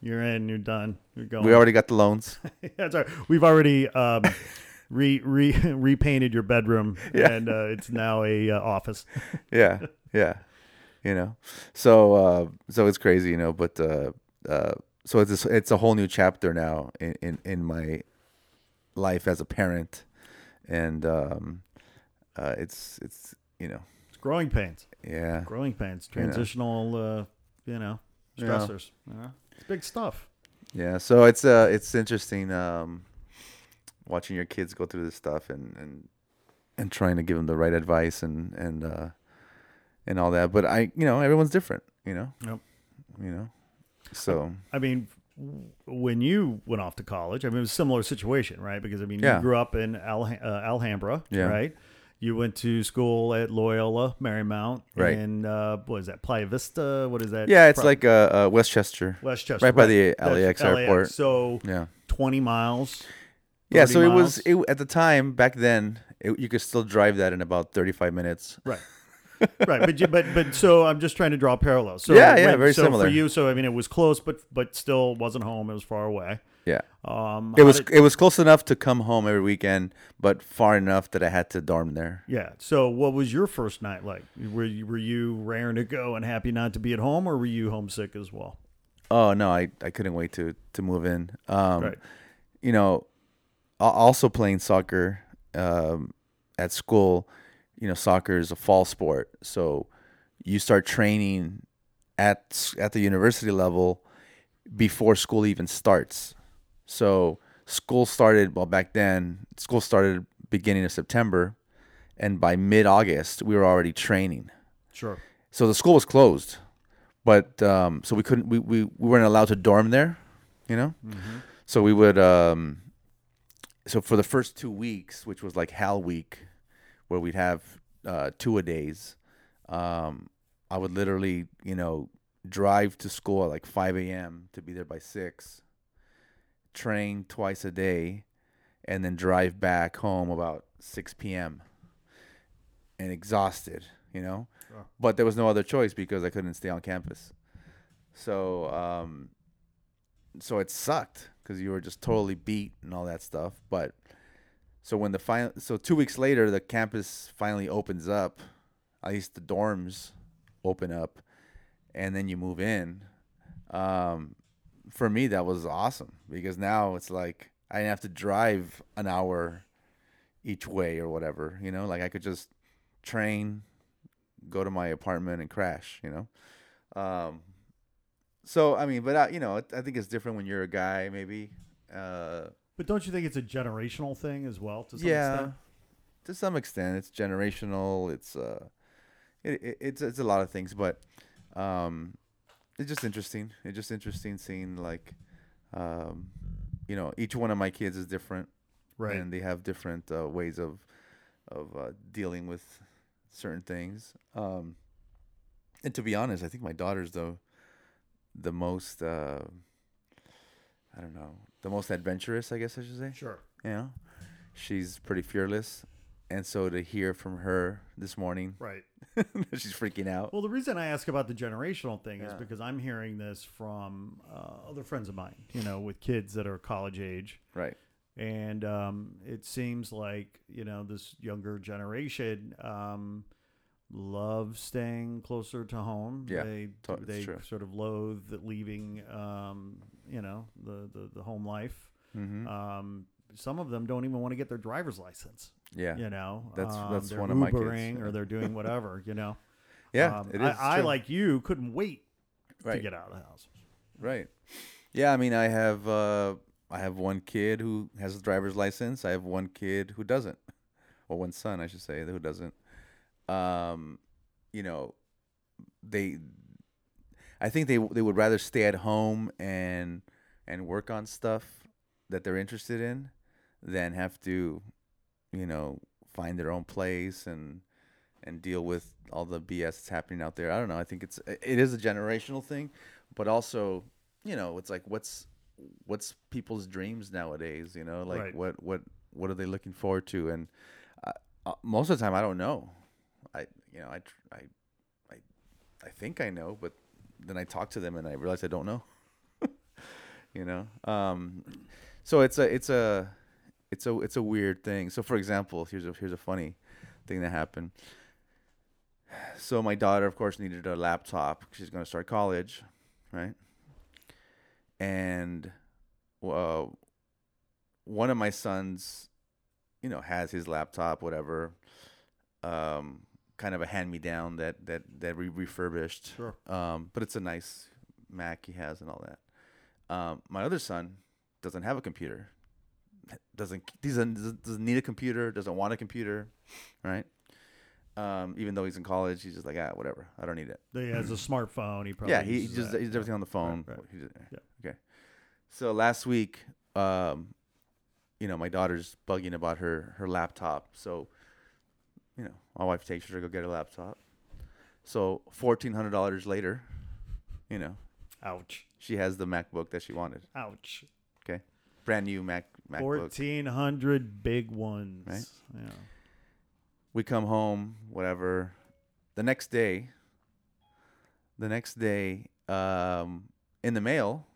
Speaker 3: You're in. You're done. You're going.
Speaker 4: We already got the loans.
Speaker 3: That's all right. We've already um, re, re repainted your bedroom,
Speaker 4: Yeah.
Speaker 3: and uh, it's now a uh, office.
Speaker 4: yeah yeah you know so uh so it's crazy you know but uh uh so it's this, it's a whole new chapter now in, in in my life as a parent and um uh it's it's you know
Speaker 3: It's growing pains.
Speaker 4: yeah
Speaker 3: Growing pains. Transitional. Uh, you know,
Speaker 4: Yeah.
Speaker 3: stressors. You know? It's big stuff.
Speaker 4: yeah so it's uh it's interesting um watching your kids go through this stuff and and and trying to give them the right advice and and uh and all that but i you know everyone's different you know
Speaker 3: Yep.
Speaker 4: you know so
Speaker 3: I mean, w- when you went off to college, I mean, it was a similar situation, right? Because I mean,
Speaker 4: Yeah.
Speaker 3: you grew up in Al- uh, Alhambra,
Speaker 4: Yeah.
Speaker 3: right? You went to school at Loyola Marymount,
Speaker 4: Right.
Speaker 3: And uh, what is that Playa Vista? What is that?
Speaker 4: Yeah, it's
Speaker 3: pro-
Speaker 4: like uh, uh, Westchester.
Speaker 3: Westchester,
Speaker 4: right by the
Speaker 3: That's
Speaker 4: LAX airport.
Speaker 3: So
Speaker 4: Yeah,
Speaker 3: twenty miles.
Speaker 4: yeah.
Speaker 3: 30
Speaker 4: So it was
Speaker 3: miles.
Speaker 4: it, at the time back then. It, you could still drive that in about thirty-five minutes.
Speaker 3: Right. right, but you, but but so I'm just trying to draw parallels. So
Speaker 4: Yeah, yeah, very
Speaker 3: so
Speaker 4: similar.
Speaker 3: for you. So I mean, it was close, but but still wasn't home. It was far away.
Speaker 4: Yeah.
Speaker 3: Um,
Speaker 4: It
Speaker 3: how
Speaker 4: was
Speaker 3: did-
Speaker 4: it was close enough to come home every weekend, but far enough that I had to dorm there.
Speaker 3: yeah. So, what was your first night like? Were you, were you raring to go and happy not to be at home, or were you homesick as well?
Speaker 4: Oh no, I, I couldn't wait to to move in. Um,
Speaker 3: Right.
Speaker 4: You know, al- also playing soccer um, at school. You know, soccer is a fall sport, so you start training at s- at the university level before school even starts. So school started well back then. School started beginning of September, and by mid August we were already training
Speaker 3: Sure.
Speaker 4: so the school was closed but um, so we couldn't we, we, we weren't allowed to dorm there you know so we would um, so for the first two weeks which was like hal week where we'd have uh, two a days um, i would literally you know drive to school at like 5 a.m to be there by 6 train twice a day and then drive back home about 6 p.m and exhausted you know but there was no other choice because I couldn't stay on campus. So, um, so it sucked because you were just totally beat and all that stuff. But so when the final, so two weeks later, the campus finally opens up. At least the dorms open up, and then you move in. Um, for me, that was awesome because now it's like I didn't have to drive an hour each way or whatever. You know, like I could just train, go to my apartment and crash, you know. Um, so I mean, but I, you know, I think it's different when you're a guy, maybe. Uh,
Speaker 3: But don't you think it's a generational thing as well? To some
Speaker 4: yeah,
Speaker 3: extent?
Speaker 4: to some extent, it's generational. It's uh, it, it, it's it's a lot of things, but um, it's just interesting. It's just interesting seeing like, um, you know, each one of my kids is different,
Speaker 3: Right.
Speaker 4: And they have different uh, ways of of uh, dealing with certain things. Um, and to be honest, I think my daughter's the the most uh, I don't know the most adventurous. I guess I should say.
Speaker 3: Sure.
Speaker 4: You know, she's pretty fearless, and so to hear from her this morning,
Speaker 3: Right.
Speaker 4: that she's freaking out.
Speaker 3: Well, the reason I ask about the generational thing is because I'm hearing this from uh, other friends of mine, you know, with kids that are college age.
Speaker 4: Right.
Speaker 3: And um, it seems like, you know, this younger generation um, loves staying closer to home.
Speaker 4: Yeah,
Speaker 3: They,
Speaker 4: to- it's
Speaker 3: they
Speaker 4: true.
Speaker 3: sort of loathe leaving, um, you know, the, the, the home life.
Speaker 4: Mm-hmm.
Speaker 3: Um, some of them don't even want to get their driver's license.
Speaker 4: Yeah.
Speaker 3: You know,
Speaker 4: That's-
Speaker 3: um,
Speaker 4: that's
Speaker 3: they're
Speaker 4: one of my kids,
Speaker 3: Ubering
Speaker 4: yeah.
Speaker 3: or they're doing whatever, you know.
Speaker 4: Yeah.
Speaker 3: Um,
Speaker 4: it is
Speaker 3: I, I
Speaker 4: true.
Speaker 3: like you couldn't wait
Speaker 4: right.
Speaker 3: to get out of the house.
Speaker 4: Right. Yeah, I mean, I have uh, I have one kid who has a driver's license. I have one kid who doesn't, or one son, I should say, who doesn't. Um, you know, they. I think they they would rather stay at home and and work on stuff that they're interested in, than have to, you know, find their own place and and deal with all the BS that's happening out there. I don't know. I think it's it is a generational thing, but also, you know, it's like what's what's people's dreams nowadays. You know, like
Speaker 3: Right.
Speaker 4: what what what are they looking forward to? And I, uh, most of the time, I don't know. I you know I tr- I I I think I know, but then I talk to them and I realize I don't know. you know, um, so it's a it's a it's a it's a weird thing. So for example, here's a here's a funny thing that happened. So my daughter, of course, needed a laptop. 'cause She's going to start college, right? And uh, one of my sons, you know, has his laptop, whatever, um, kind of a hand me down that that that we refurbished.
Speaker 3: Sure.
Speaker 4: Um, but it's a nice Mac he has and all that. Um, my other son doesn't have a computer. Doesn't doesn't doesn't need a computer. Doesn't want a computer, right? Um, even though he's in college, he's just like ah, whatever. I don't need it.
Speaker 3: He has a smartphone. He probably
Speaker 4: Yeah, he, he
Speaker 3: uses
Speaker 4: just
Speaker 3: that.
Speaker 4: he's everything on the phone.
Speaker 3: right.
Speaker 4: He just- Okay. So last week, um, you know, my daughter's bugging about her her laptop. So, you know, my wife takes her to go get a laptop. So fourteen hundred dollars later, you know,
Speaker 3: Ouch!
Speaker 4: she has the MacBook that she wanted.
Speaker 3: Ouch!
Speaker 4: Okay, brand new Mac MacBook.
Speaker 3: Fourteen hundred big ones.
Speaker 4: Right.
Speaker 3: Yeah.
Speaker 4: we come home, whatever. The next day, the next day, um, in the mail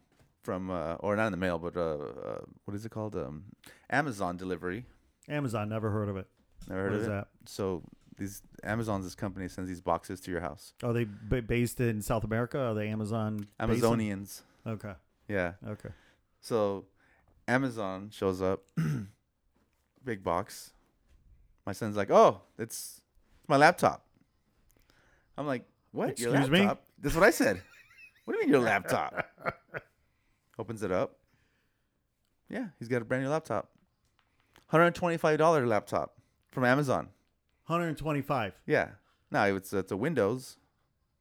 Speaker 4: from uh, or not in the mail, but uh, uh, what is it called? Um, Amazon delivery.
Speaker 3: Amazon, never heard of it.
Speaker 4: Never heard
Speaker 3: What
Speaker 4: of
Speaker 3: is
Speaker 4: it?
Speaker 3: that?
Speaker 4: So these Amazon's this company sends these boxes to your house.
Speaker 3: Are they b- based in South America? Are they Amazon? basin?
Speaker 4: Amazonians.
Speaker 3: Okay.
Speaker 4: Yeah.
Speaker 3: Okay.
Speaker 4: So Amazon shows up, big box. My son's like, "Oh, it's it's my laptop." I'm like, "What?
Speaker 3: Excuse me?"
Speaker 4: That's what I said. what do you mean your laptop? Opens it up. Yeah, he's got a brand new laptop, hundred twenty-five dollar laptop from Amazon.
Speaker 3: 125.
Speaker 4: Yeah, no, it's it's a Windows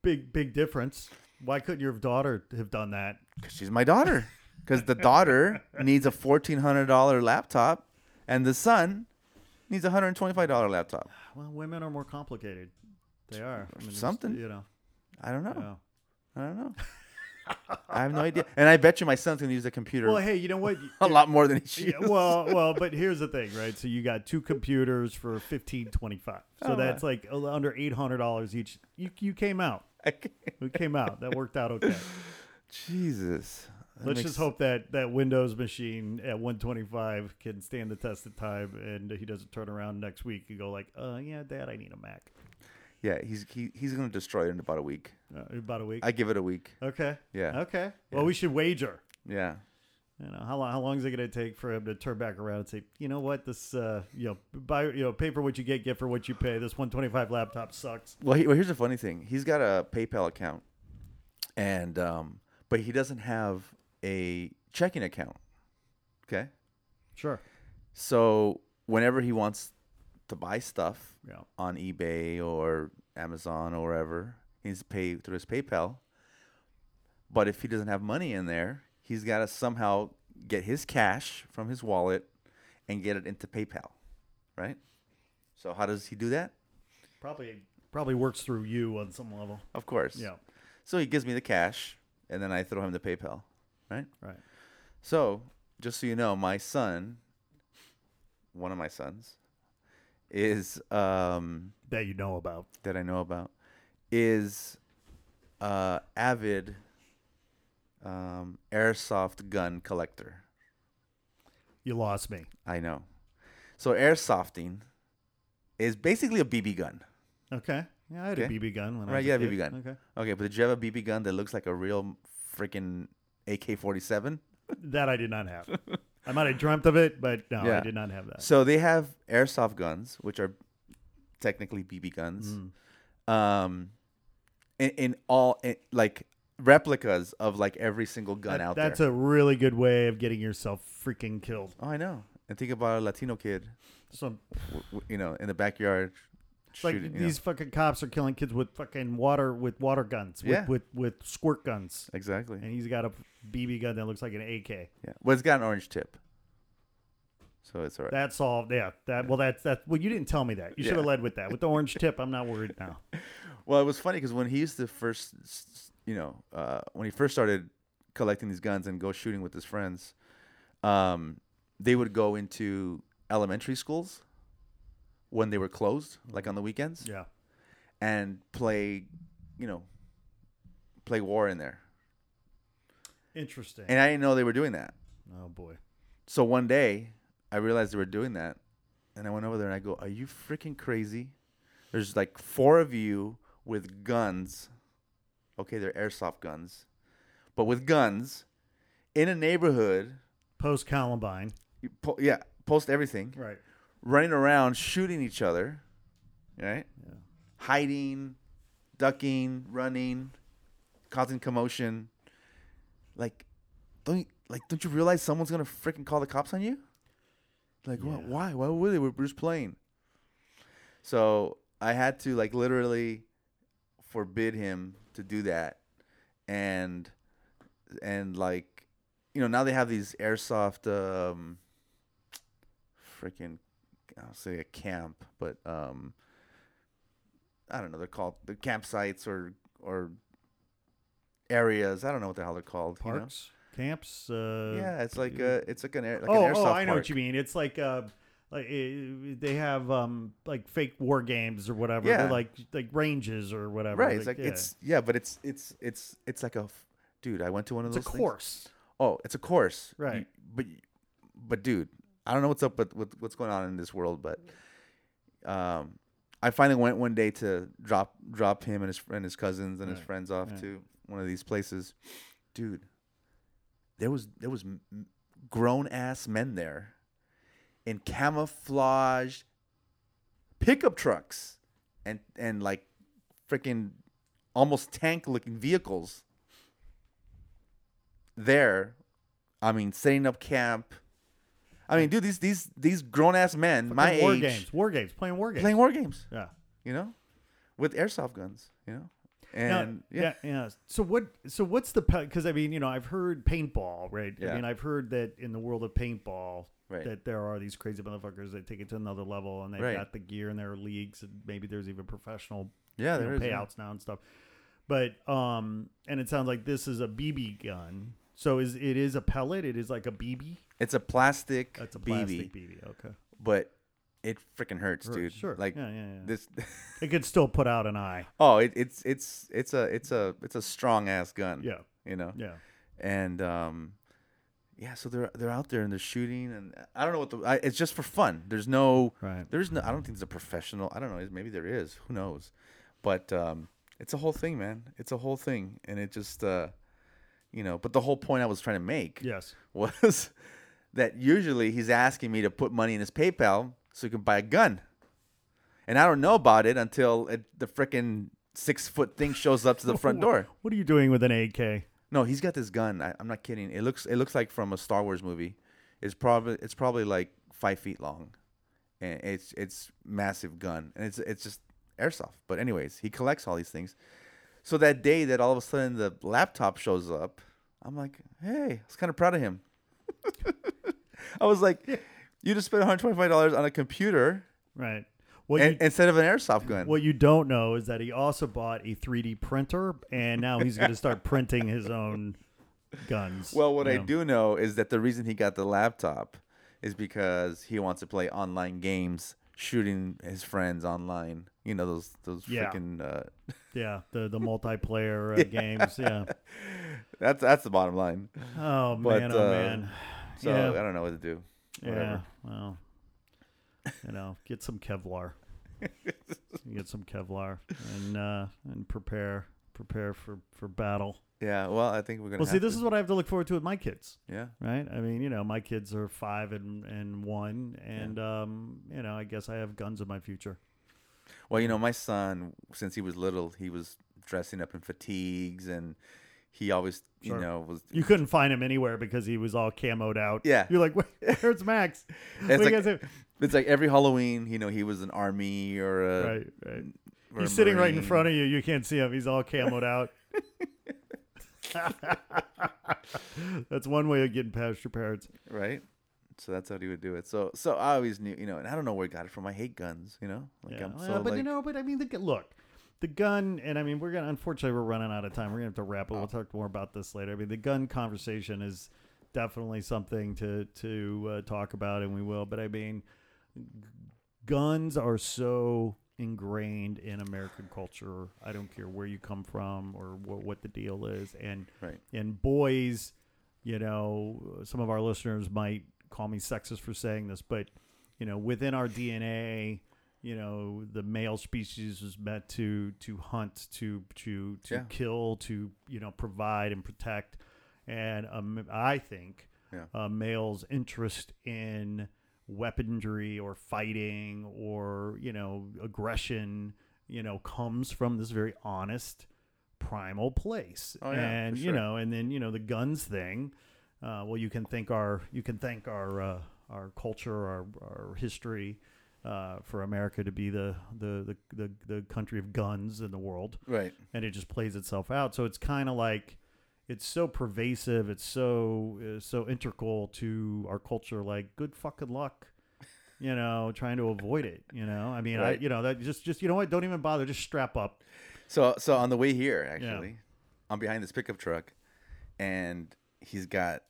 Speaker 3: Big big difference. Why couldn't your daughter have done that?
Speaker 4: because she's my daughter. Because the daughter needs a fourteen hundred dollar laptop, and the son needs a hundred twenty-five dollar laptop.
Speaker 3: Well, women are more complicated. They are I mean, there's-
Speaker 4: Something.
Speaker 3: You know.
Speaker 4: I don't know.
Speaker 3: Yeah.
Speaker 4: I don't know. I have no idea. And I bet you my son's gonna use the computer
Speaker 3: Well, hey, you know what?
Speaker 4: a lot more than he should.
Speaker 3: Yeah, well, well, but here's the thing, right? So you got two computers for fifteen twenty five. So
Speaker 4: Oh,
Speaker 3: that's like a- under eight hundred dollars each. You you came out. We came out. That worked out okay.
Speaker 4: Jesus. That
Speaker 3: Let's
Speaker 4: makes-
Speaker 3: just hope that that Windows machine at 125 can stand the test of time, and he doesn't turn around next week and go like, "Uh, yeah, Dad, I need a Mac."
Speaker 4: Yeah, he's he, he's gonna destroy it in about a week.
Speaker 3: Uh, in about a week.
Speaker 4: I give it a week.
Speaker 3: okay.
Speaker 4: Yeah.
Speaker 3: Okay. Well, we should wager.
Speaker 4: Yeah.
Speaker 3: You know how long? How long is it going to take for him to turn back around and say, "You know what? This, uh, you know, buy, you know, pay for what you get, get for what you pay. This 125 laptop sucks."
Speaker 4: Well, he, well, here's the funny thing. He's got a PayPal account, and um, but he doesn't have a checking account. Okay.
Speaker 3: Sure.
Speaker 4: So whenever he wants to buy stuff
Speaker 3: Yeah.
Speaker 4: on eBay or Amazon or wherever, he needs to pay through his PayPal. But if he doesn't have money in there, he's got to somehow get his cash from his wallet and get it into PayPal, right? So how does he do that?
Speaker 3: Probably, probably works through you on some level.
Speaker 4: Of course.
Speaker 3: Yeah.
Speaker 4: So he gives me the cash, and then I throw him the PayPal, right?
Speaker 3: Right.
Speaker 4: So, just so you know, my son, one of my sons, is um,
Speaker 3: That you know about.
Speaker 4: that I know about, is uh, avid um, airsoft gun collector.
Speaker 3: You lost me.
Speaker 4: I know. So airsofting is basically a BB gun,
Speaker 3: Okay. Yeah, I had
Speaker 4: Okay.
Speaker 3: a BB gun when I
Speaker 4: right?
Speaker 3: was
Speaker 4: Yeah,
Speaker 3: a kid.
Speaker 4: BB gun.
Speaker 3: Okay.
Speaker 4: Okay, but did you have a BB gun that looks like a real freaking AK forty-seven?
Speaker 3: That I did not have. I might have dreamt of it, but no, I
Speaker 4: Yeah.
Speaker 3: did not have that.
Speaker 4: So they have airsoft guns, which are technically BB guns,
Speaker 3: Hmm.
Speaker 4: um, in, in all in, like replicas of like every single gun
Speaker 3: That-
Speaker 4: out
Speaker 3: that's
Speaker 4: there.
Speaker 3: a really good way of getting yourself freaking killed.
Speaker 4: oh, I know. And think about a Latino kid,
Speaker 3: So
Speaker 4: w- w- you know, in the backyard
Speaker 3: it's like
Speaker 4: shooting. you know.
Speaker 3: these fucking cops are killing kids with fucking water with water guns, with
Speaker 4: Yeah.
Speaker 3: with, with squirt guns,
Speaker 4: Exactly.
Speaker 3: and he's got a BB gun that looks like an AK.
Speaker 4: Yeah. Well, it's got an orange tip, so it's all right.
Speaker 3: That solved, yeah. That well, that's that. Well, you didn't tell me that. You should have
Speaker 4: Yeah.
Speaker 3: led with that. With the orange tip, I'm not worried now.
Speaker 4: Well, it was funny because when he used to first, s- s- you know, uh, when he first started collecting these guns and go shooting with his friends, um, they would go into elementary schools when they were closed, like on the weekends,
Speaker 3: Yeah,
Speaker 4: and play, you know, play war in there.
Speaker 3: interesting.
Speaker 4: And I didn't know they were doing that.
Speaker 3: oh boy,
Speaker 4: So one day, I realized they were doing that, and I went over there and I go, "Are you freaking crazy? There's like four of you with guns. Okay, they're airsoft guns, but with guns in a neighborhood.
Speaker 3: post Columbine,
Speaker 4: you Po- yeah, post everything,
Speaker 3: right?
Speaker 4: running around shooting each other, right? Yeah. Hiding, ducking, running, causing commotion. Like, don't you, like don't you realize someone's gonna freaking call the cops on you? Like, wha-
Speaker 3: Yeah.
Speaker 4: why? Why would they? We're just playing. So I had to like literally forbid him to do that, and and like you know now they have these airsoft um freaking I'll say a camp, but um I don't know, they're called the campsites or or areas. I don't know what the hell they're called. you know?
Speaker 3: Parks, camps. Uh,
Speaker 4: Yeah, it's like a, it's like an air like
Speaker 3: oh,
Speaker 4: an airsoft
Speaker 3: oh, I know what
Speaker 4: park.
Speaker 3: you mean. It's like uh, like uh, they have um like fake war games or whatever. They're
Speaker 4: Yeah.
Speaker 3: like like ranges or whatever.
Speaker 4: Right, it's like
Speaker 3: yeah.
Speaker 4: it's yeah, but it's it's it's it's like a f- dude. I went to one of
Speaker 3: it's a
Speaker 4: those. things-
Speaker 3: course.
Speaker 4: oh, it's a course,
Speaker 3: Right.
Speaker 4: You- but but dude, I don't know what's up with, with what's going on in this world, but um, I finally went one day to drop drop him and his and his cousins and his friends off to one of these places, dude. There was there was grown ass men there in camouflaged pickup trucks and and like freaking almost tank looking vehicles there i mean setting up camp i mean dude these these these grown ass men my
Speaker 3: Fucking war
Speaker 4: age
Speaker 3: games, war games, playing war games.
Speaker 4: playing war games
Speaker 3: yeah.
Speaker 4: you know with airsoft guns you know
Speaker 3: Now-
Speaker 4: and yeah,
Speaker 3: yeah, yeah. So what? So what's the? Because I mean, you know, I've heard paintball, right?
Speaker 4: Yeah.
Speaker 3: I mean, I've heard that in the world of paintball,
Speaker 4: Right.
Speaker 3: that there are these crazy motherfuckers that take it to another level, and they've
Speaker 4: Right.
Speaker 3: got the gear and their leagues, and maybe there's even professional,
Speaker 4: Yeah,
Speaker 3: you know,
Speaker 4: there is, yeah.
Speaker 3: payouts now and stuff. But um, and it sounds like this is a BB gun. So is it is a pellet? It is like a BB.
Speaker 4: it's a plastic
Speaker 3: That's a
Speaker 4: BB,
Speaker 3: plastic BB. Okay,
Speaker 4: but it freaking hurts,
Speaker 3: Hurts,
Speaker 4: dude
Speaker 3: sure.
Speaker 4: like
Speaker 3: Yeah, yeah, yeah.
Speaker 4: this
Speaker 3: it could still put out an eye.
Speaker 4: oh it, it's it's it's a it's a it's a strong ass gun
Speaker 3: Yeah.
Speaker 4: you know
Speaker 3: Yeah.
Speaker 4: and um yeah so they're they're out there and they're shooting and i don't know what the I, it's just for fun there's no
Speaker 3: Right.
Speaker 4: there's no i don't think there's a professional i don't know maybe there is who knows but um it's a whole thing man it's a whole thing and it just uh you know but the whole point i was trying to make
Speaker 3: Yes.
Speaker 4: was that usually he's asking me to put money in his paypal so he can buy a gun and i don't know about it until it, the freaking six foot thing shows up to the front door
Speaker 3: What are you doing with an AK?
Speaker 4: no, he's got this gun. I, I'm not kidding. It looks it looks like from a Star Wars movie. It's probably it's probably like five feet long, and it's it's massive gun, and it's it's just airsoft. But anyways, he collects all these things. So that day that all of a sudden the laptop shows up, I'm like, hey, I was kind of proud of him. I was like, you just spent 125 dollars on a computer
Speaker 3: Right. What
Speaker 4: and, instead of an airsoft gun.
Speaker 3: What you don't know is that he also bought a 3D printer, and now he's going to start printing his own guns.
Speaker 4: Well, what
Speaker 3: you
Speaker 4: I
Speaker 3: know?
Speaker 4: do know is that the reason he got the laptop is because he wants to play online games, shooting his friends online. You know those those
Speaker 3: Yeah.
Speaker 4: freaking. Uh,
Speaker 3: yeah, the the multiplayer uh, games, yeah.
Speaker 4: that's that's the bottom line.
Speaker 3: Oh
Speaker 4: But,
Speaker 3: man, oh
Speaker 4: uh,
Speaker 3: man,
Speaker 4: So
Speaker 3: Yeah.
Speaker 4: I don't know what to do.
Speaker 3: yeah.
Speaker 4: Whatever.
Speaker 3: Well, you know, get some Kevlar, get some Kevlar, and uh, and prepare prepare for for battle.
Speaker 4: Yeah. Well, I think we're gonna.
Speaker 3: Well, see,
Speaker 4: have
Speaker 3: this
Speaker 4: to.
Speaker 3: is what I have to look forward to with my kids.
Speaker 4: Yeah.
Speaker 3: right? I mean, you know, my kids are five and and one, and um, you know, I guess I have guns in my future.
Speaker 4: Well, you know, my son, since he was little, he was dressing up in fatigues, and he always,
Speaker 3: Sure.
Speaker 4: you know, was.
Speaker 3: You couldn't find him anywhere because he was all camoed out.
Speaker 4: Yeah.
Speaker 3: you're like, Where, where's Max? What
Speaker 4: It's
Speaker 3: do you
Speaker 4: like-
Speaker 3: guys have?
Speaker 4: It's like every Halloween, you know, he was an army or a.
Speaker 3: Right, right.
Speaker 4: or a
Speaker 3: He's sitting right in
Speaker 4: Marine.
Speaker 3: front of you. You can't see him. He's all camoed out. That's one way of getting past your parents.
Speaker 4: right? So that's how he would do it. So so I always knew, you know, and I don't know where I got it from. I hate guns, you know. Like
Speaker 3: yeah,
Speaker 4: I'm
Speaker 3: well,
Speaker 4: so
Speaker 3: but
Speaker 4: like,
Speaker 3: you know, but I mean, the, gu- look, the gun, and I mean, we're gonna unfortunately we're running out of time. We're gonna have to wrap it. We'll talk more about this later. I mean, the gun conversation is definitely something to to uh, talk about, and we will. But I mean, g- guns are so ingrained in American culture. I don't care where you come from or what, what the deal is, and
Speaker 4: Right.
Speaker 3: and boys, you know, some of our listeners might call me sexist for saying this, but you know, within our DNA, you know, the male species is meant to to hunt, to to to
Speaker 4: Yeah.
Speaker 3: kill, to you know, provide and protect, and um, I think
Speaker 4: Yeah.
Speaker 3: a uh, male's interest in weaponry or fighting or you know aggression you know comes from this very honest primal place
Speaker 4: Oh, yeah,
Speaker 3: and
Speaker 4: for
Speaker 3: you
Speaker 4: sure.
Speaker 3: know and then you know the guns thing uh, well you can thank our you can thank our uh, our culture our, our history uh, for America to be the, the, the, the, the country of guns in the world
Speaker 4: right.
Speaker 3: and it just plays itself out. So it's kind of like it's so pervasive, it's so uh, so integral to our culture. Like good fucking luck, you know, trying to avoid it. You know, I mean, I
Speaker 4: Right.
Speaker 3: you know that just just you know what? Don't even bother. Just strap up.
Speaker 4: So so on the way here, actually, I'm behind this pickup truck, and he's got.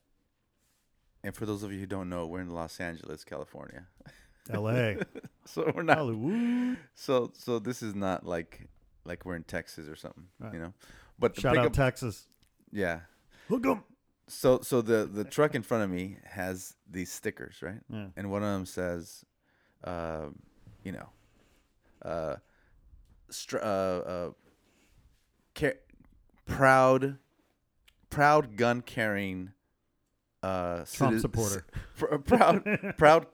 Speaker 4: And for those of you who don't know, we're in Los Angeles, California.
Speaker 3: L.A.
Speaker 4: So we're not.
Speaker 3: Hollywood.
Speaker 4: So so this is not like like we're in Texas or something, you know. But the
Speaker 3: Shout
Speaker 4: pickup,
Speaker 3: out Texas.
Speaker 4: yeah.
Speaker 3: Hook 'em.
Speaker 4: so so the the truck in front of me has these stickers, right?
Speaker 3: Yeah.
Speaker 4: And one of them says, uh, you know, uh, str- uh, uh car- proud, proud gun carrying, uh,
Speaker 3: Trump
Speaker 4: citi-
Speaker 3: supporter.
Speaker 4: pr- uh, proud, proud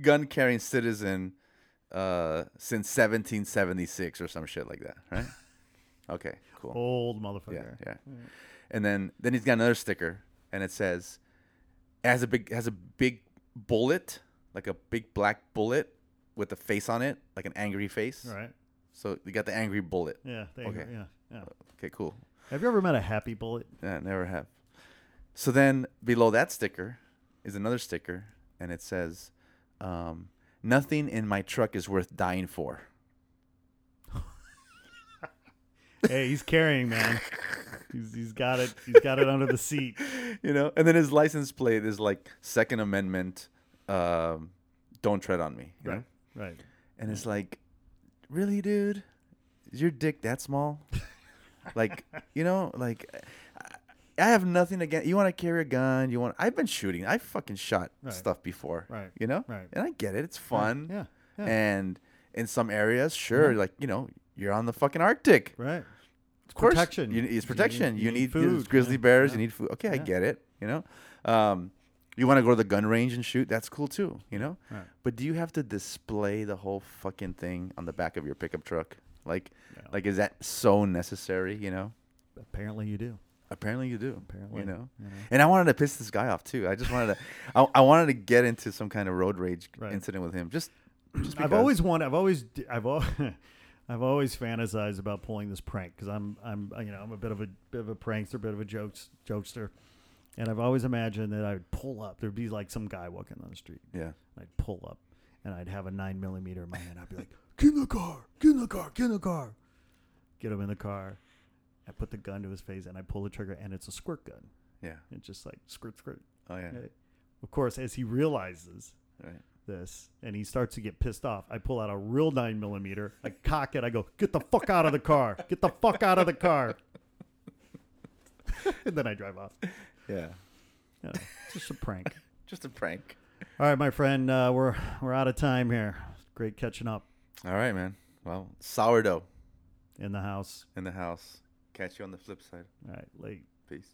Speaker 4: gun carrying citizen, uh, since 1776 or some shit like that, right? Okay, cool.
Speaker 3: Old
Speaker 4: Yeah,
Speaker 3: motherfucker.
Speaker 4: yeah. And then then he's got another sticker, and it says it has a big has a big bullet, like a big black bullet with a face on it, like an angry face.
Speaker 3: All right.
Speaker 4: So you got the angry bullet.
Speaker 3: Yeah. There you go.
Speaker 4: Okay.
Speaker 3: Yeah. Yeah.
Speaker 4: Okay, cool.
Speaker 3: Have you ever met a happy bullet?
Speaker 4: Yeah, never have. So then below that sticker is another sticker, and it says, um, "Nothing in my truck is worth dying for."
Speaker 3: Hey, he's carrying, man. He's, he's got it. He's got it under the seat.
Speaker 4: you know and then his license plate is like second amendment um, don't tread on me you know?
Speaker 3: Right. Right.
Speaker 4: and it's like really dude is your dick that small like you know like I- i have nothing against you want to carry a gun you want i've been shooting i fucking shot
Speaker 3: Right.
Speaker 4: stuff before
Speaker 3: Right.
Speaker 4: you know
Speaker 3: Right.
Speaker 4: and i get it it's fun
Speaker 3: Yeah. Yeah.
Speaker 4: and in some areas sure like you know you're on the fucking arctic
Speaker 3: Right.
Speaker 4: of course,
Speaker 3: protection.
Speaker 4: You, it's
Speaker 3: You
Speaker 4: protection.
Speaker 3: need-
Speaker 4: You,
Speaker 3: you need
Speaker 4: need, you
Speaker 3: food.
Speaker 4: grizzly
Speaker 3: Yeah,
Speaker 4: bears.
Speaker 3: yeah.
Speaker 4: You need food. Okay, I
Speaker 3: Yeah.
Speaker 4: get it. You know, um, you want to go to the gun range and shoot. That's cool too. You know,
Speaker 3: Right.
Speaker 4: but do you have to display the whole fucking thing on the back of your pickup truck? Like,
Speaker 3: No.
Speaker 4: like is that so necessary? You know.
Speaker 3: Apparently, you do.
Speaker 4: Apparently you do.
Speaker 3: Apparently,
Speaker 4: you know.
Speaker 3: you know.
Speaker 4: And I wanted to piss this guy off too. I just wanted to, I, I wanted to get into some kind of road rage
Speaker 3: Right.
Speaker 4: incident with him. Just, just because.
Speaker 3: I've always wanted. I've always. d- I've al- I've always fantasized about pulling this prank because I'm. I'm. uh, You know. I'm a bit of a bit of a prankster, bit of a jokes jokester, and I've always imagined that I would pull up. There'd be like some guy walking down the street.
Speaker 4: yeah.
Speaker 3: And I'd pull up, and I'd have a nine millimeter in my hand. I'd be like, "Get in the car! Get in the car! Get in the car!" Get him in the car. I put the gun to his face, and I pull the trigger, and it's a squirt gun.
Speaker 4: Yeah.
Speaker 3: It's just like squirt, squirt.
Speaker 4: Oh yeah.
Speaker 3: Right? Of course, as he realizes
Speaker 4: Right.
Speaker 3: this and he starts to get pissed off. I pull out a real nine millimeter, I cock it, I go, get the fuck out of the car. Get the fuck out of the car. and then I drive off. You
Speaker 4: Yeah.
Speaker 3: know, it's just a prank.
Speaker 4: Just a prank.
Speaker 3: All right, my friend, uh, we're we're out of time here. Great catching up
Speaker 4: All right, man. Well, sourdough.
Speaker 3: in the house.
Speaker 4: in the house. Catch you on the flip side.
Speaker 3: All right, late.
Speaker 4: Peace.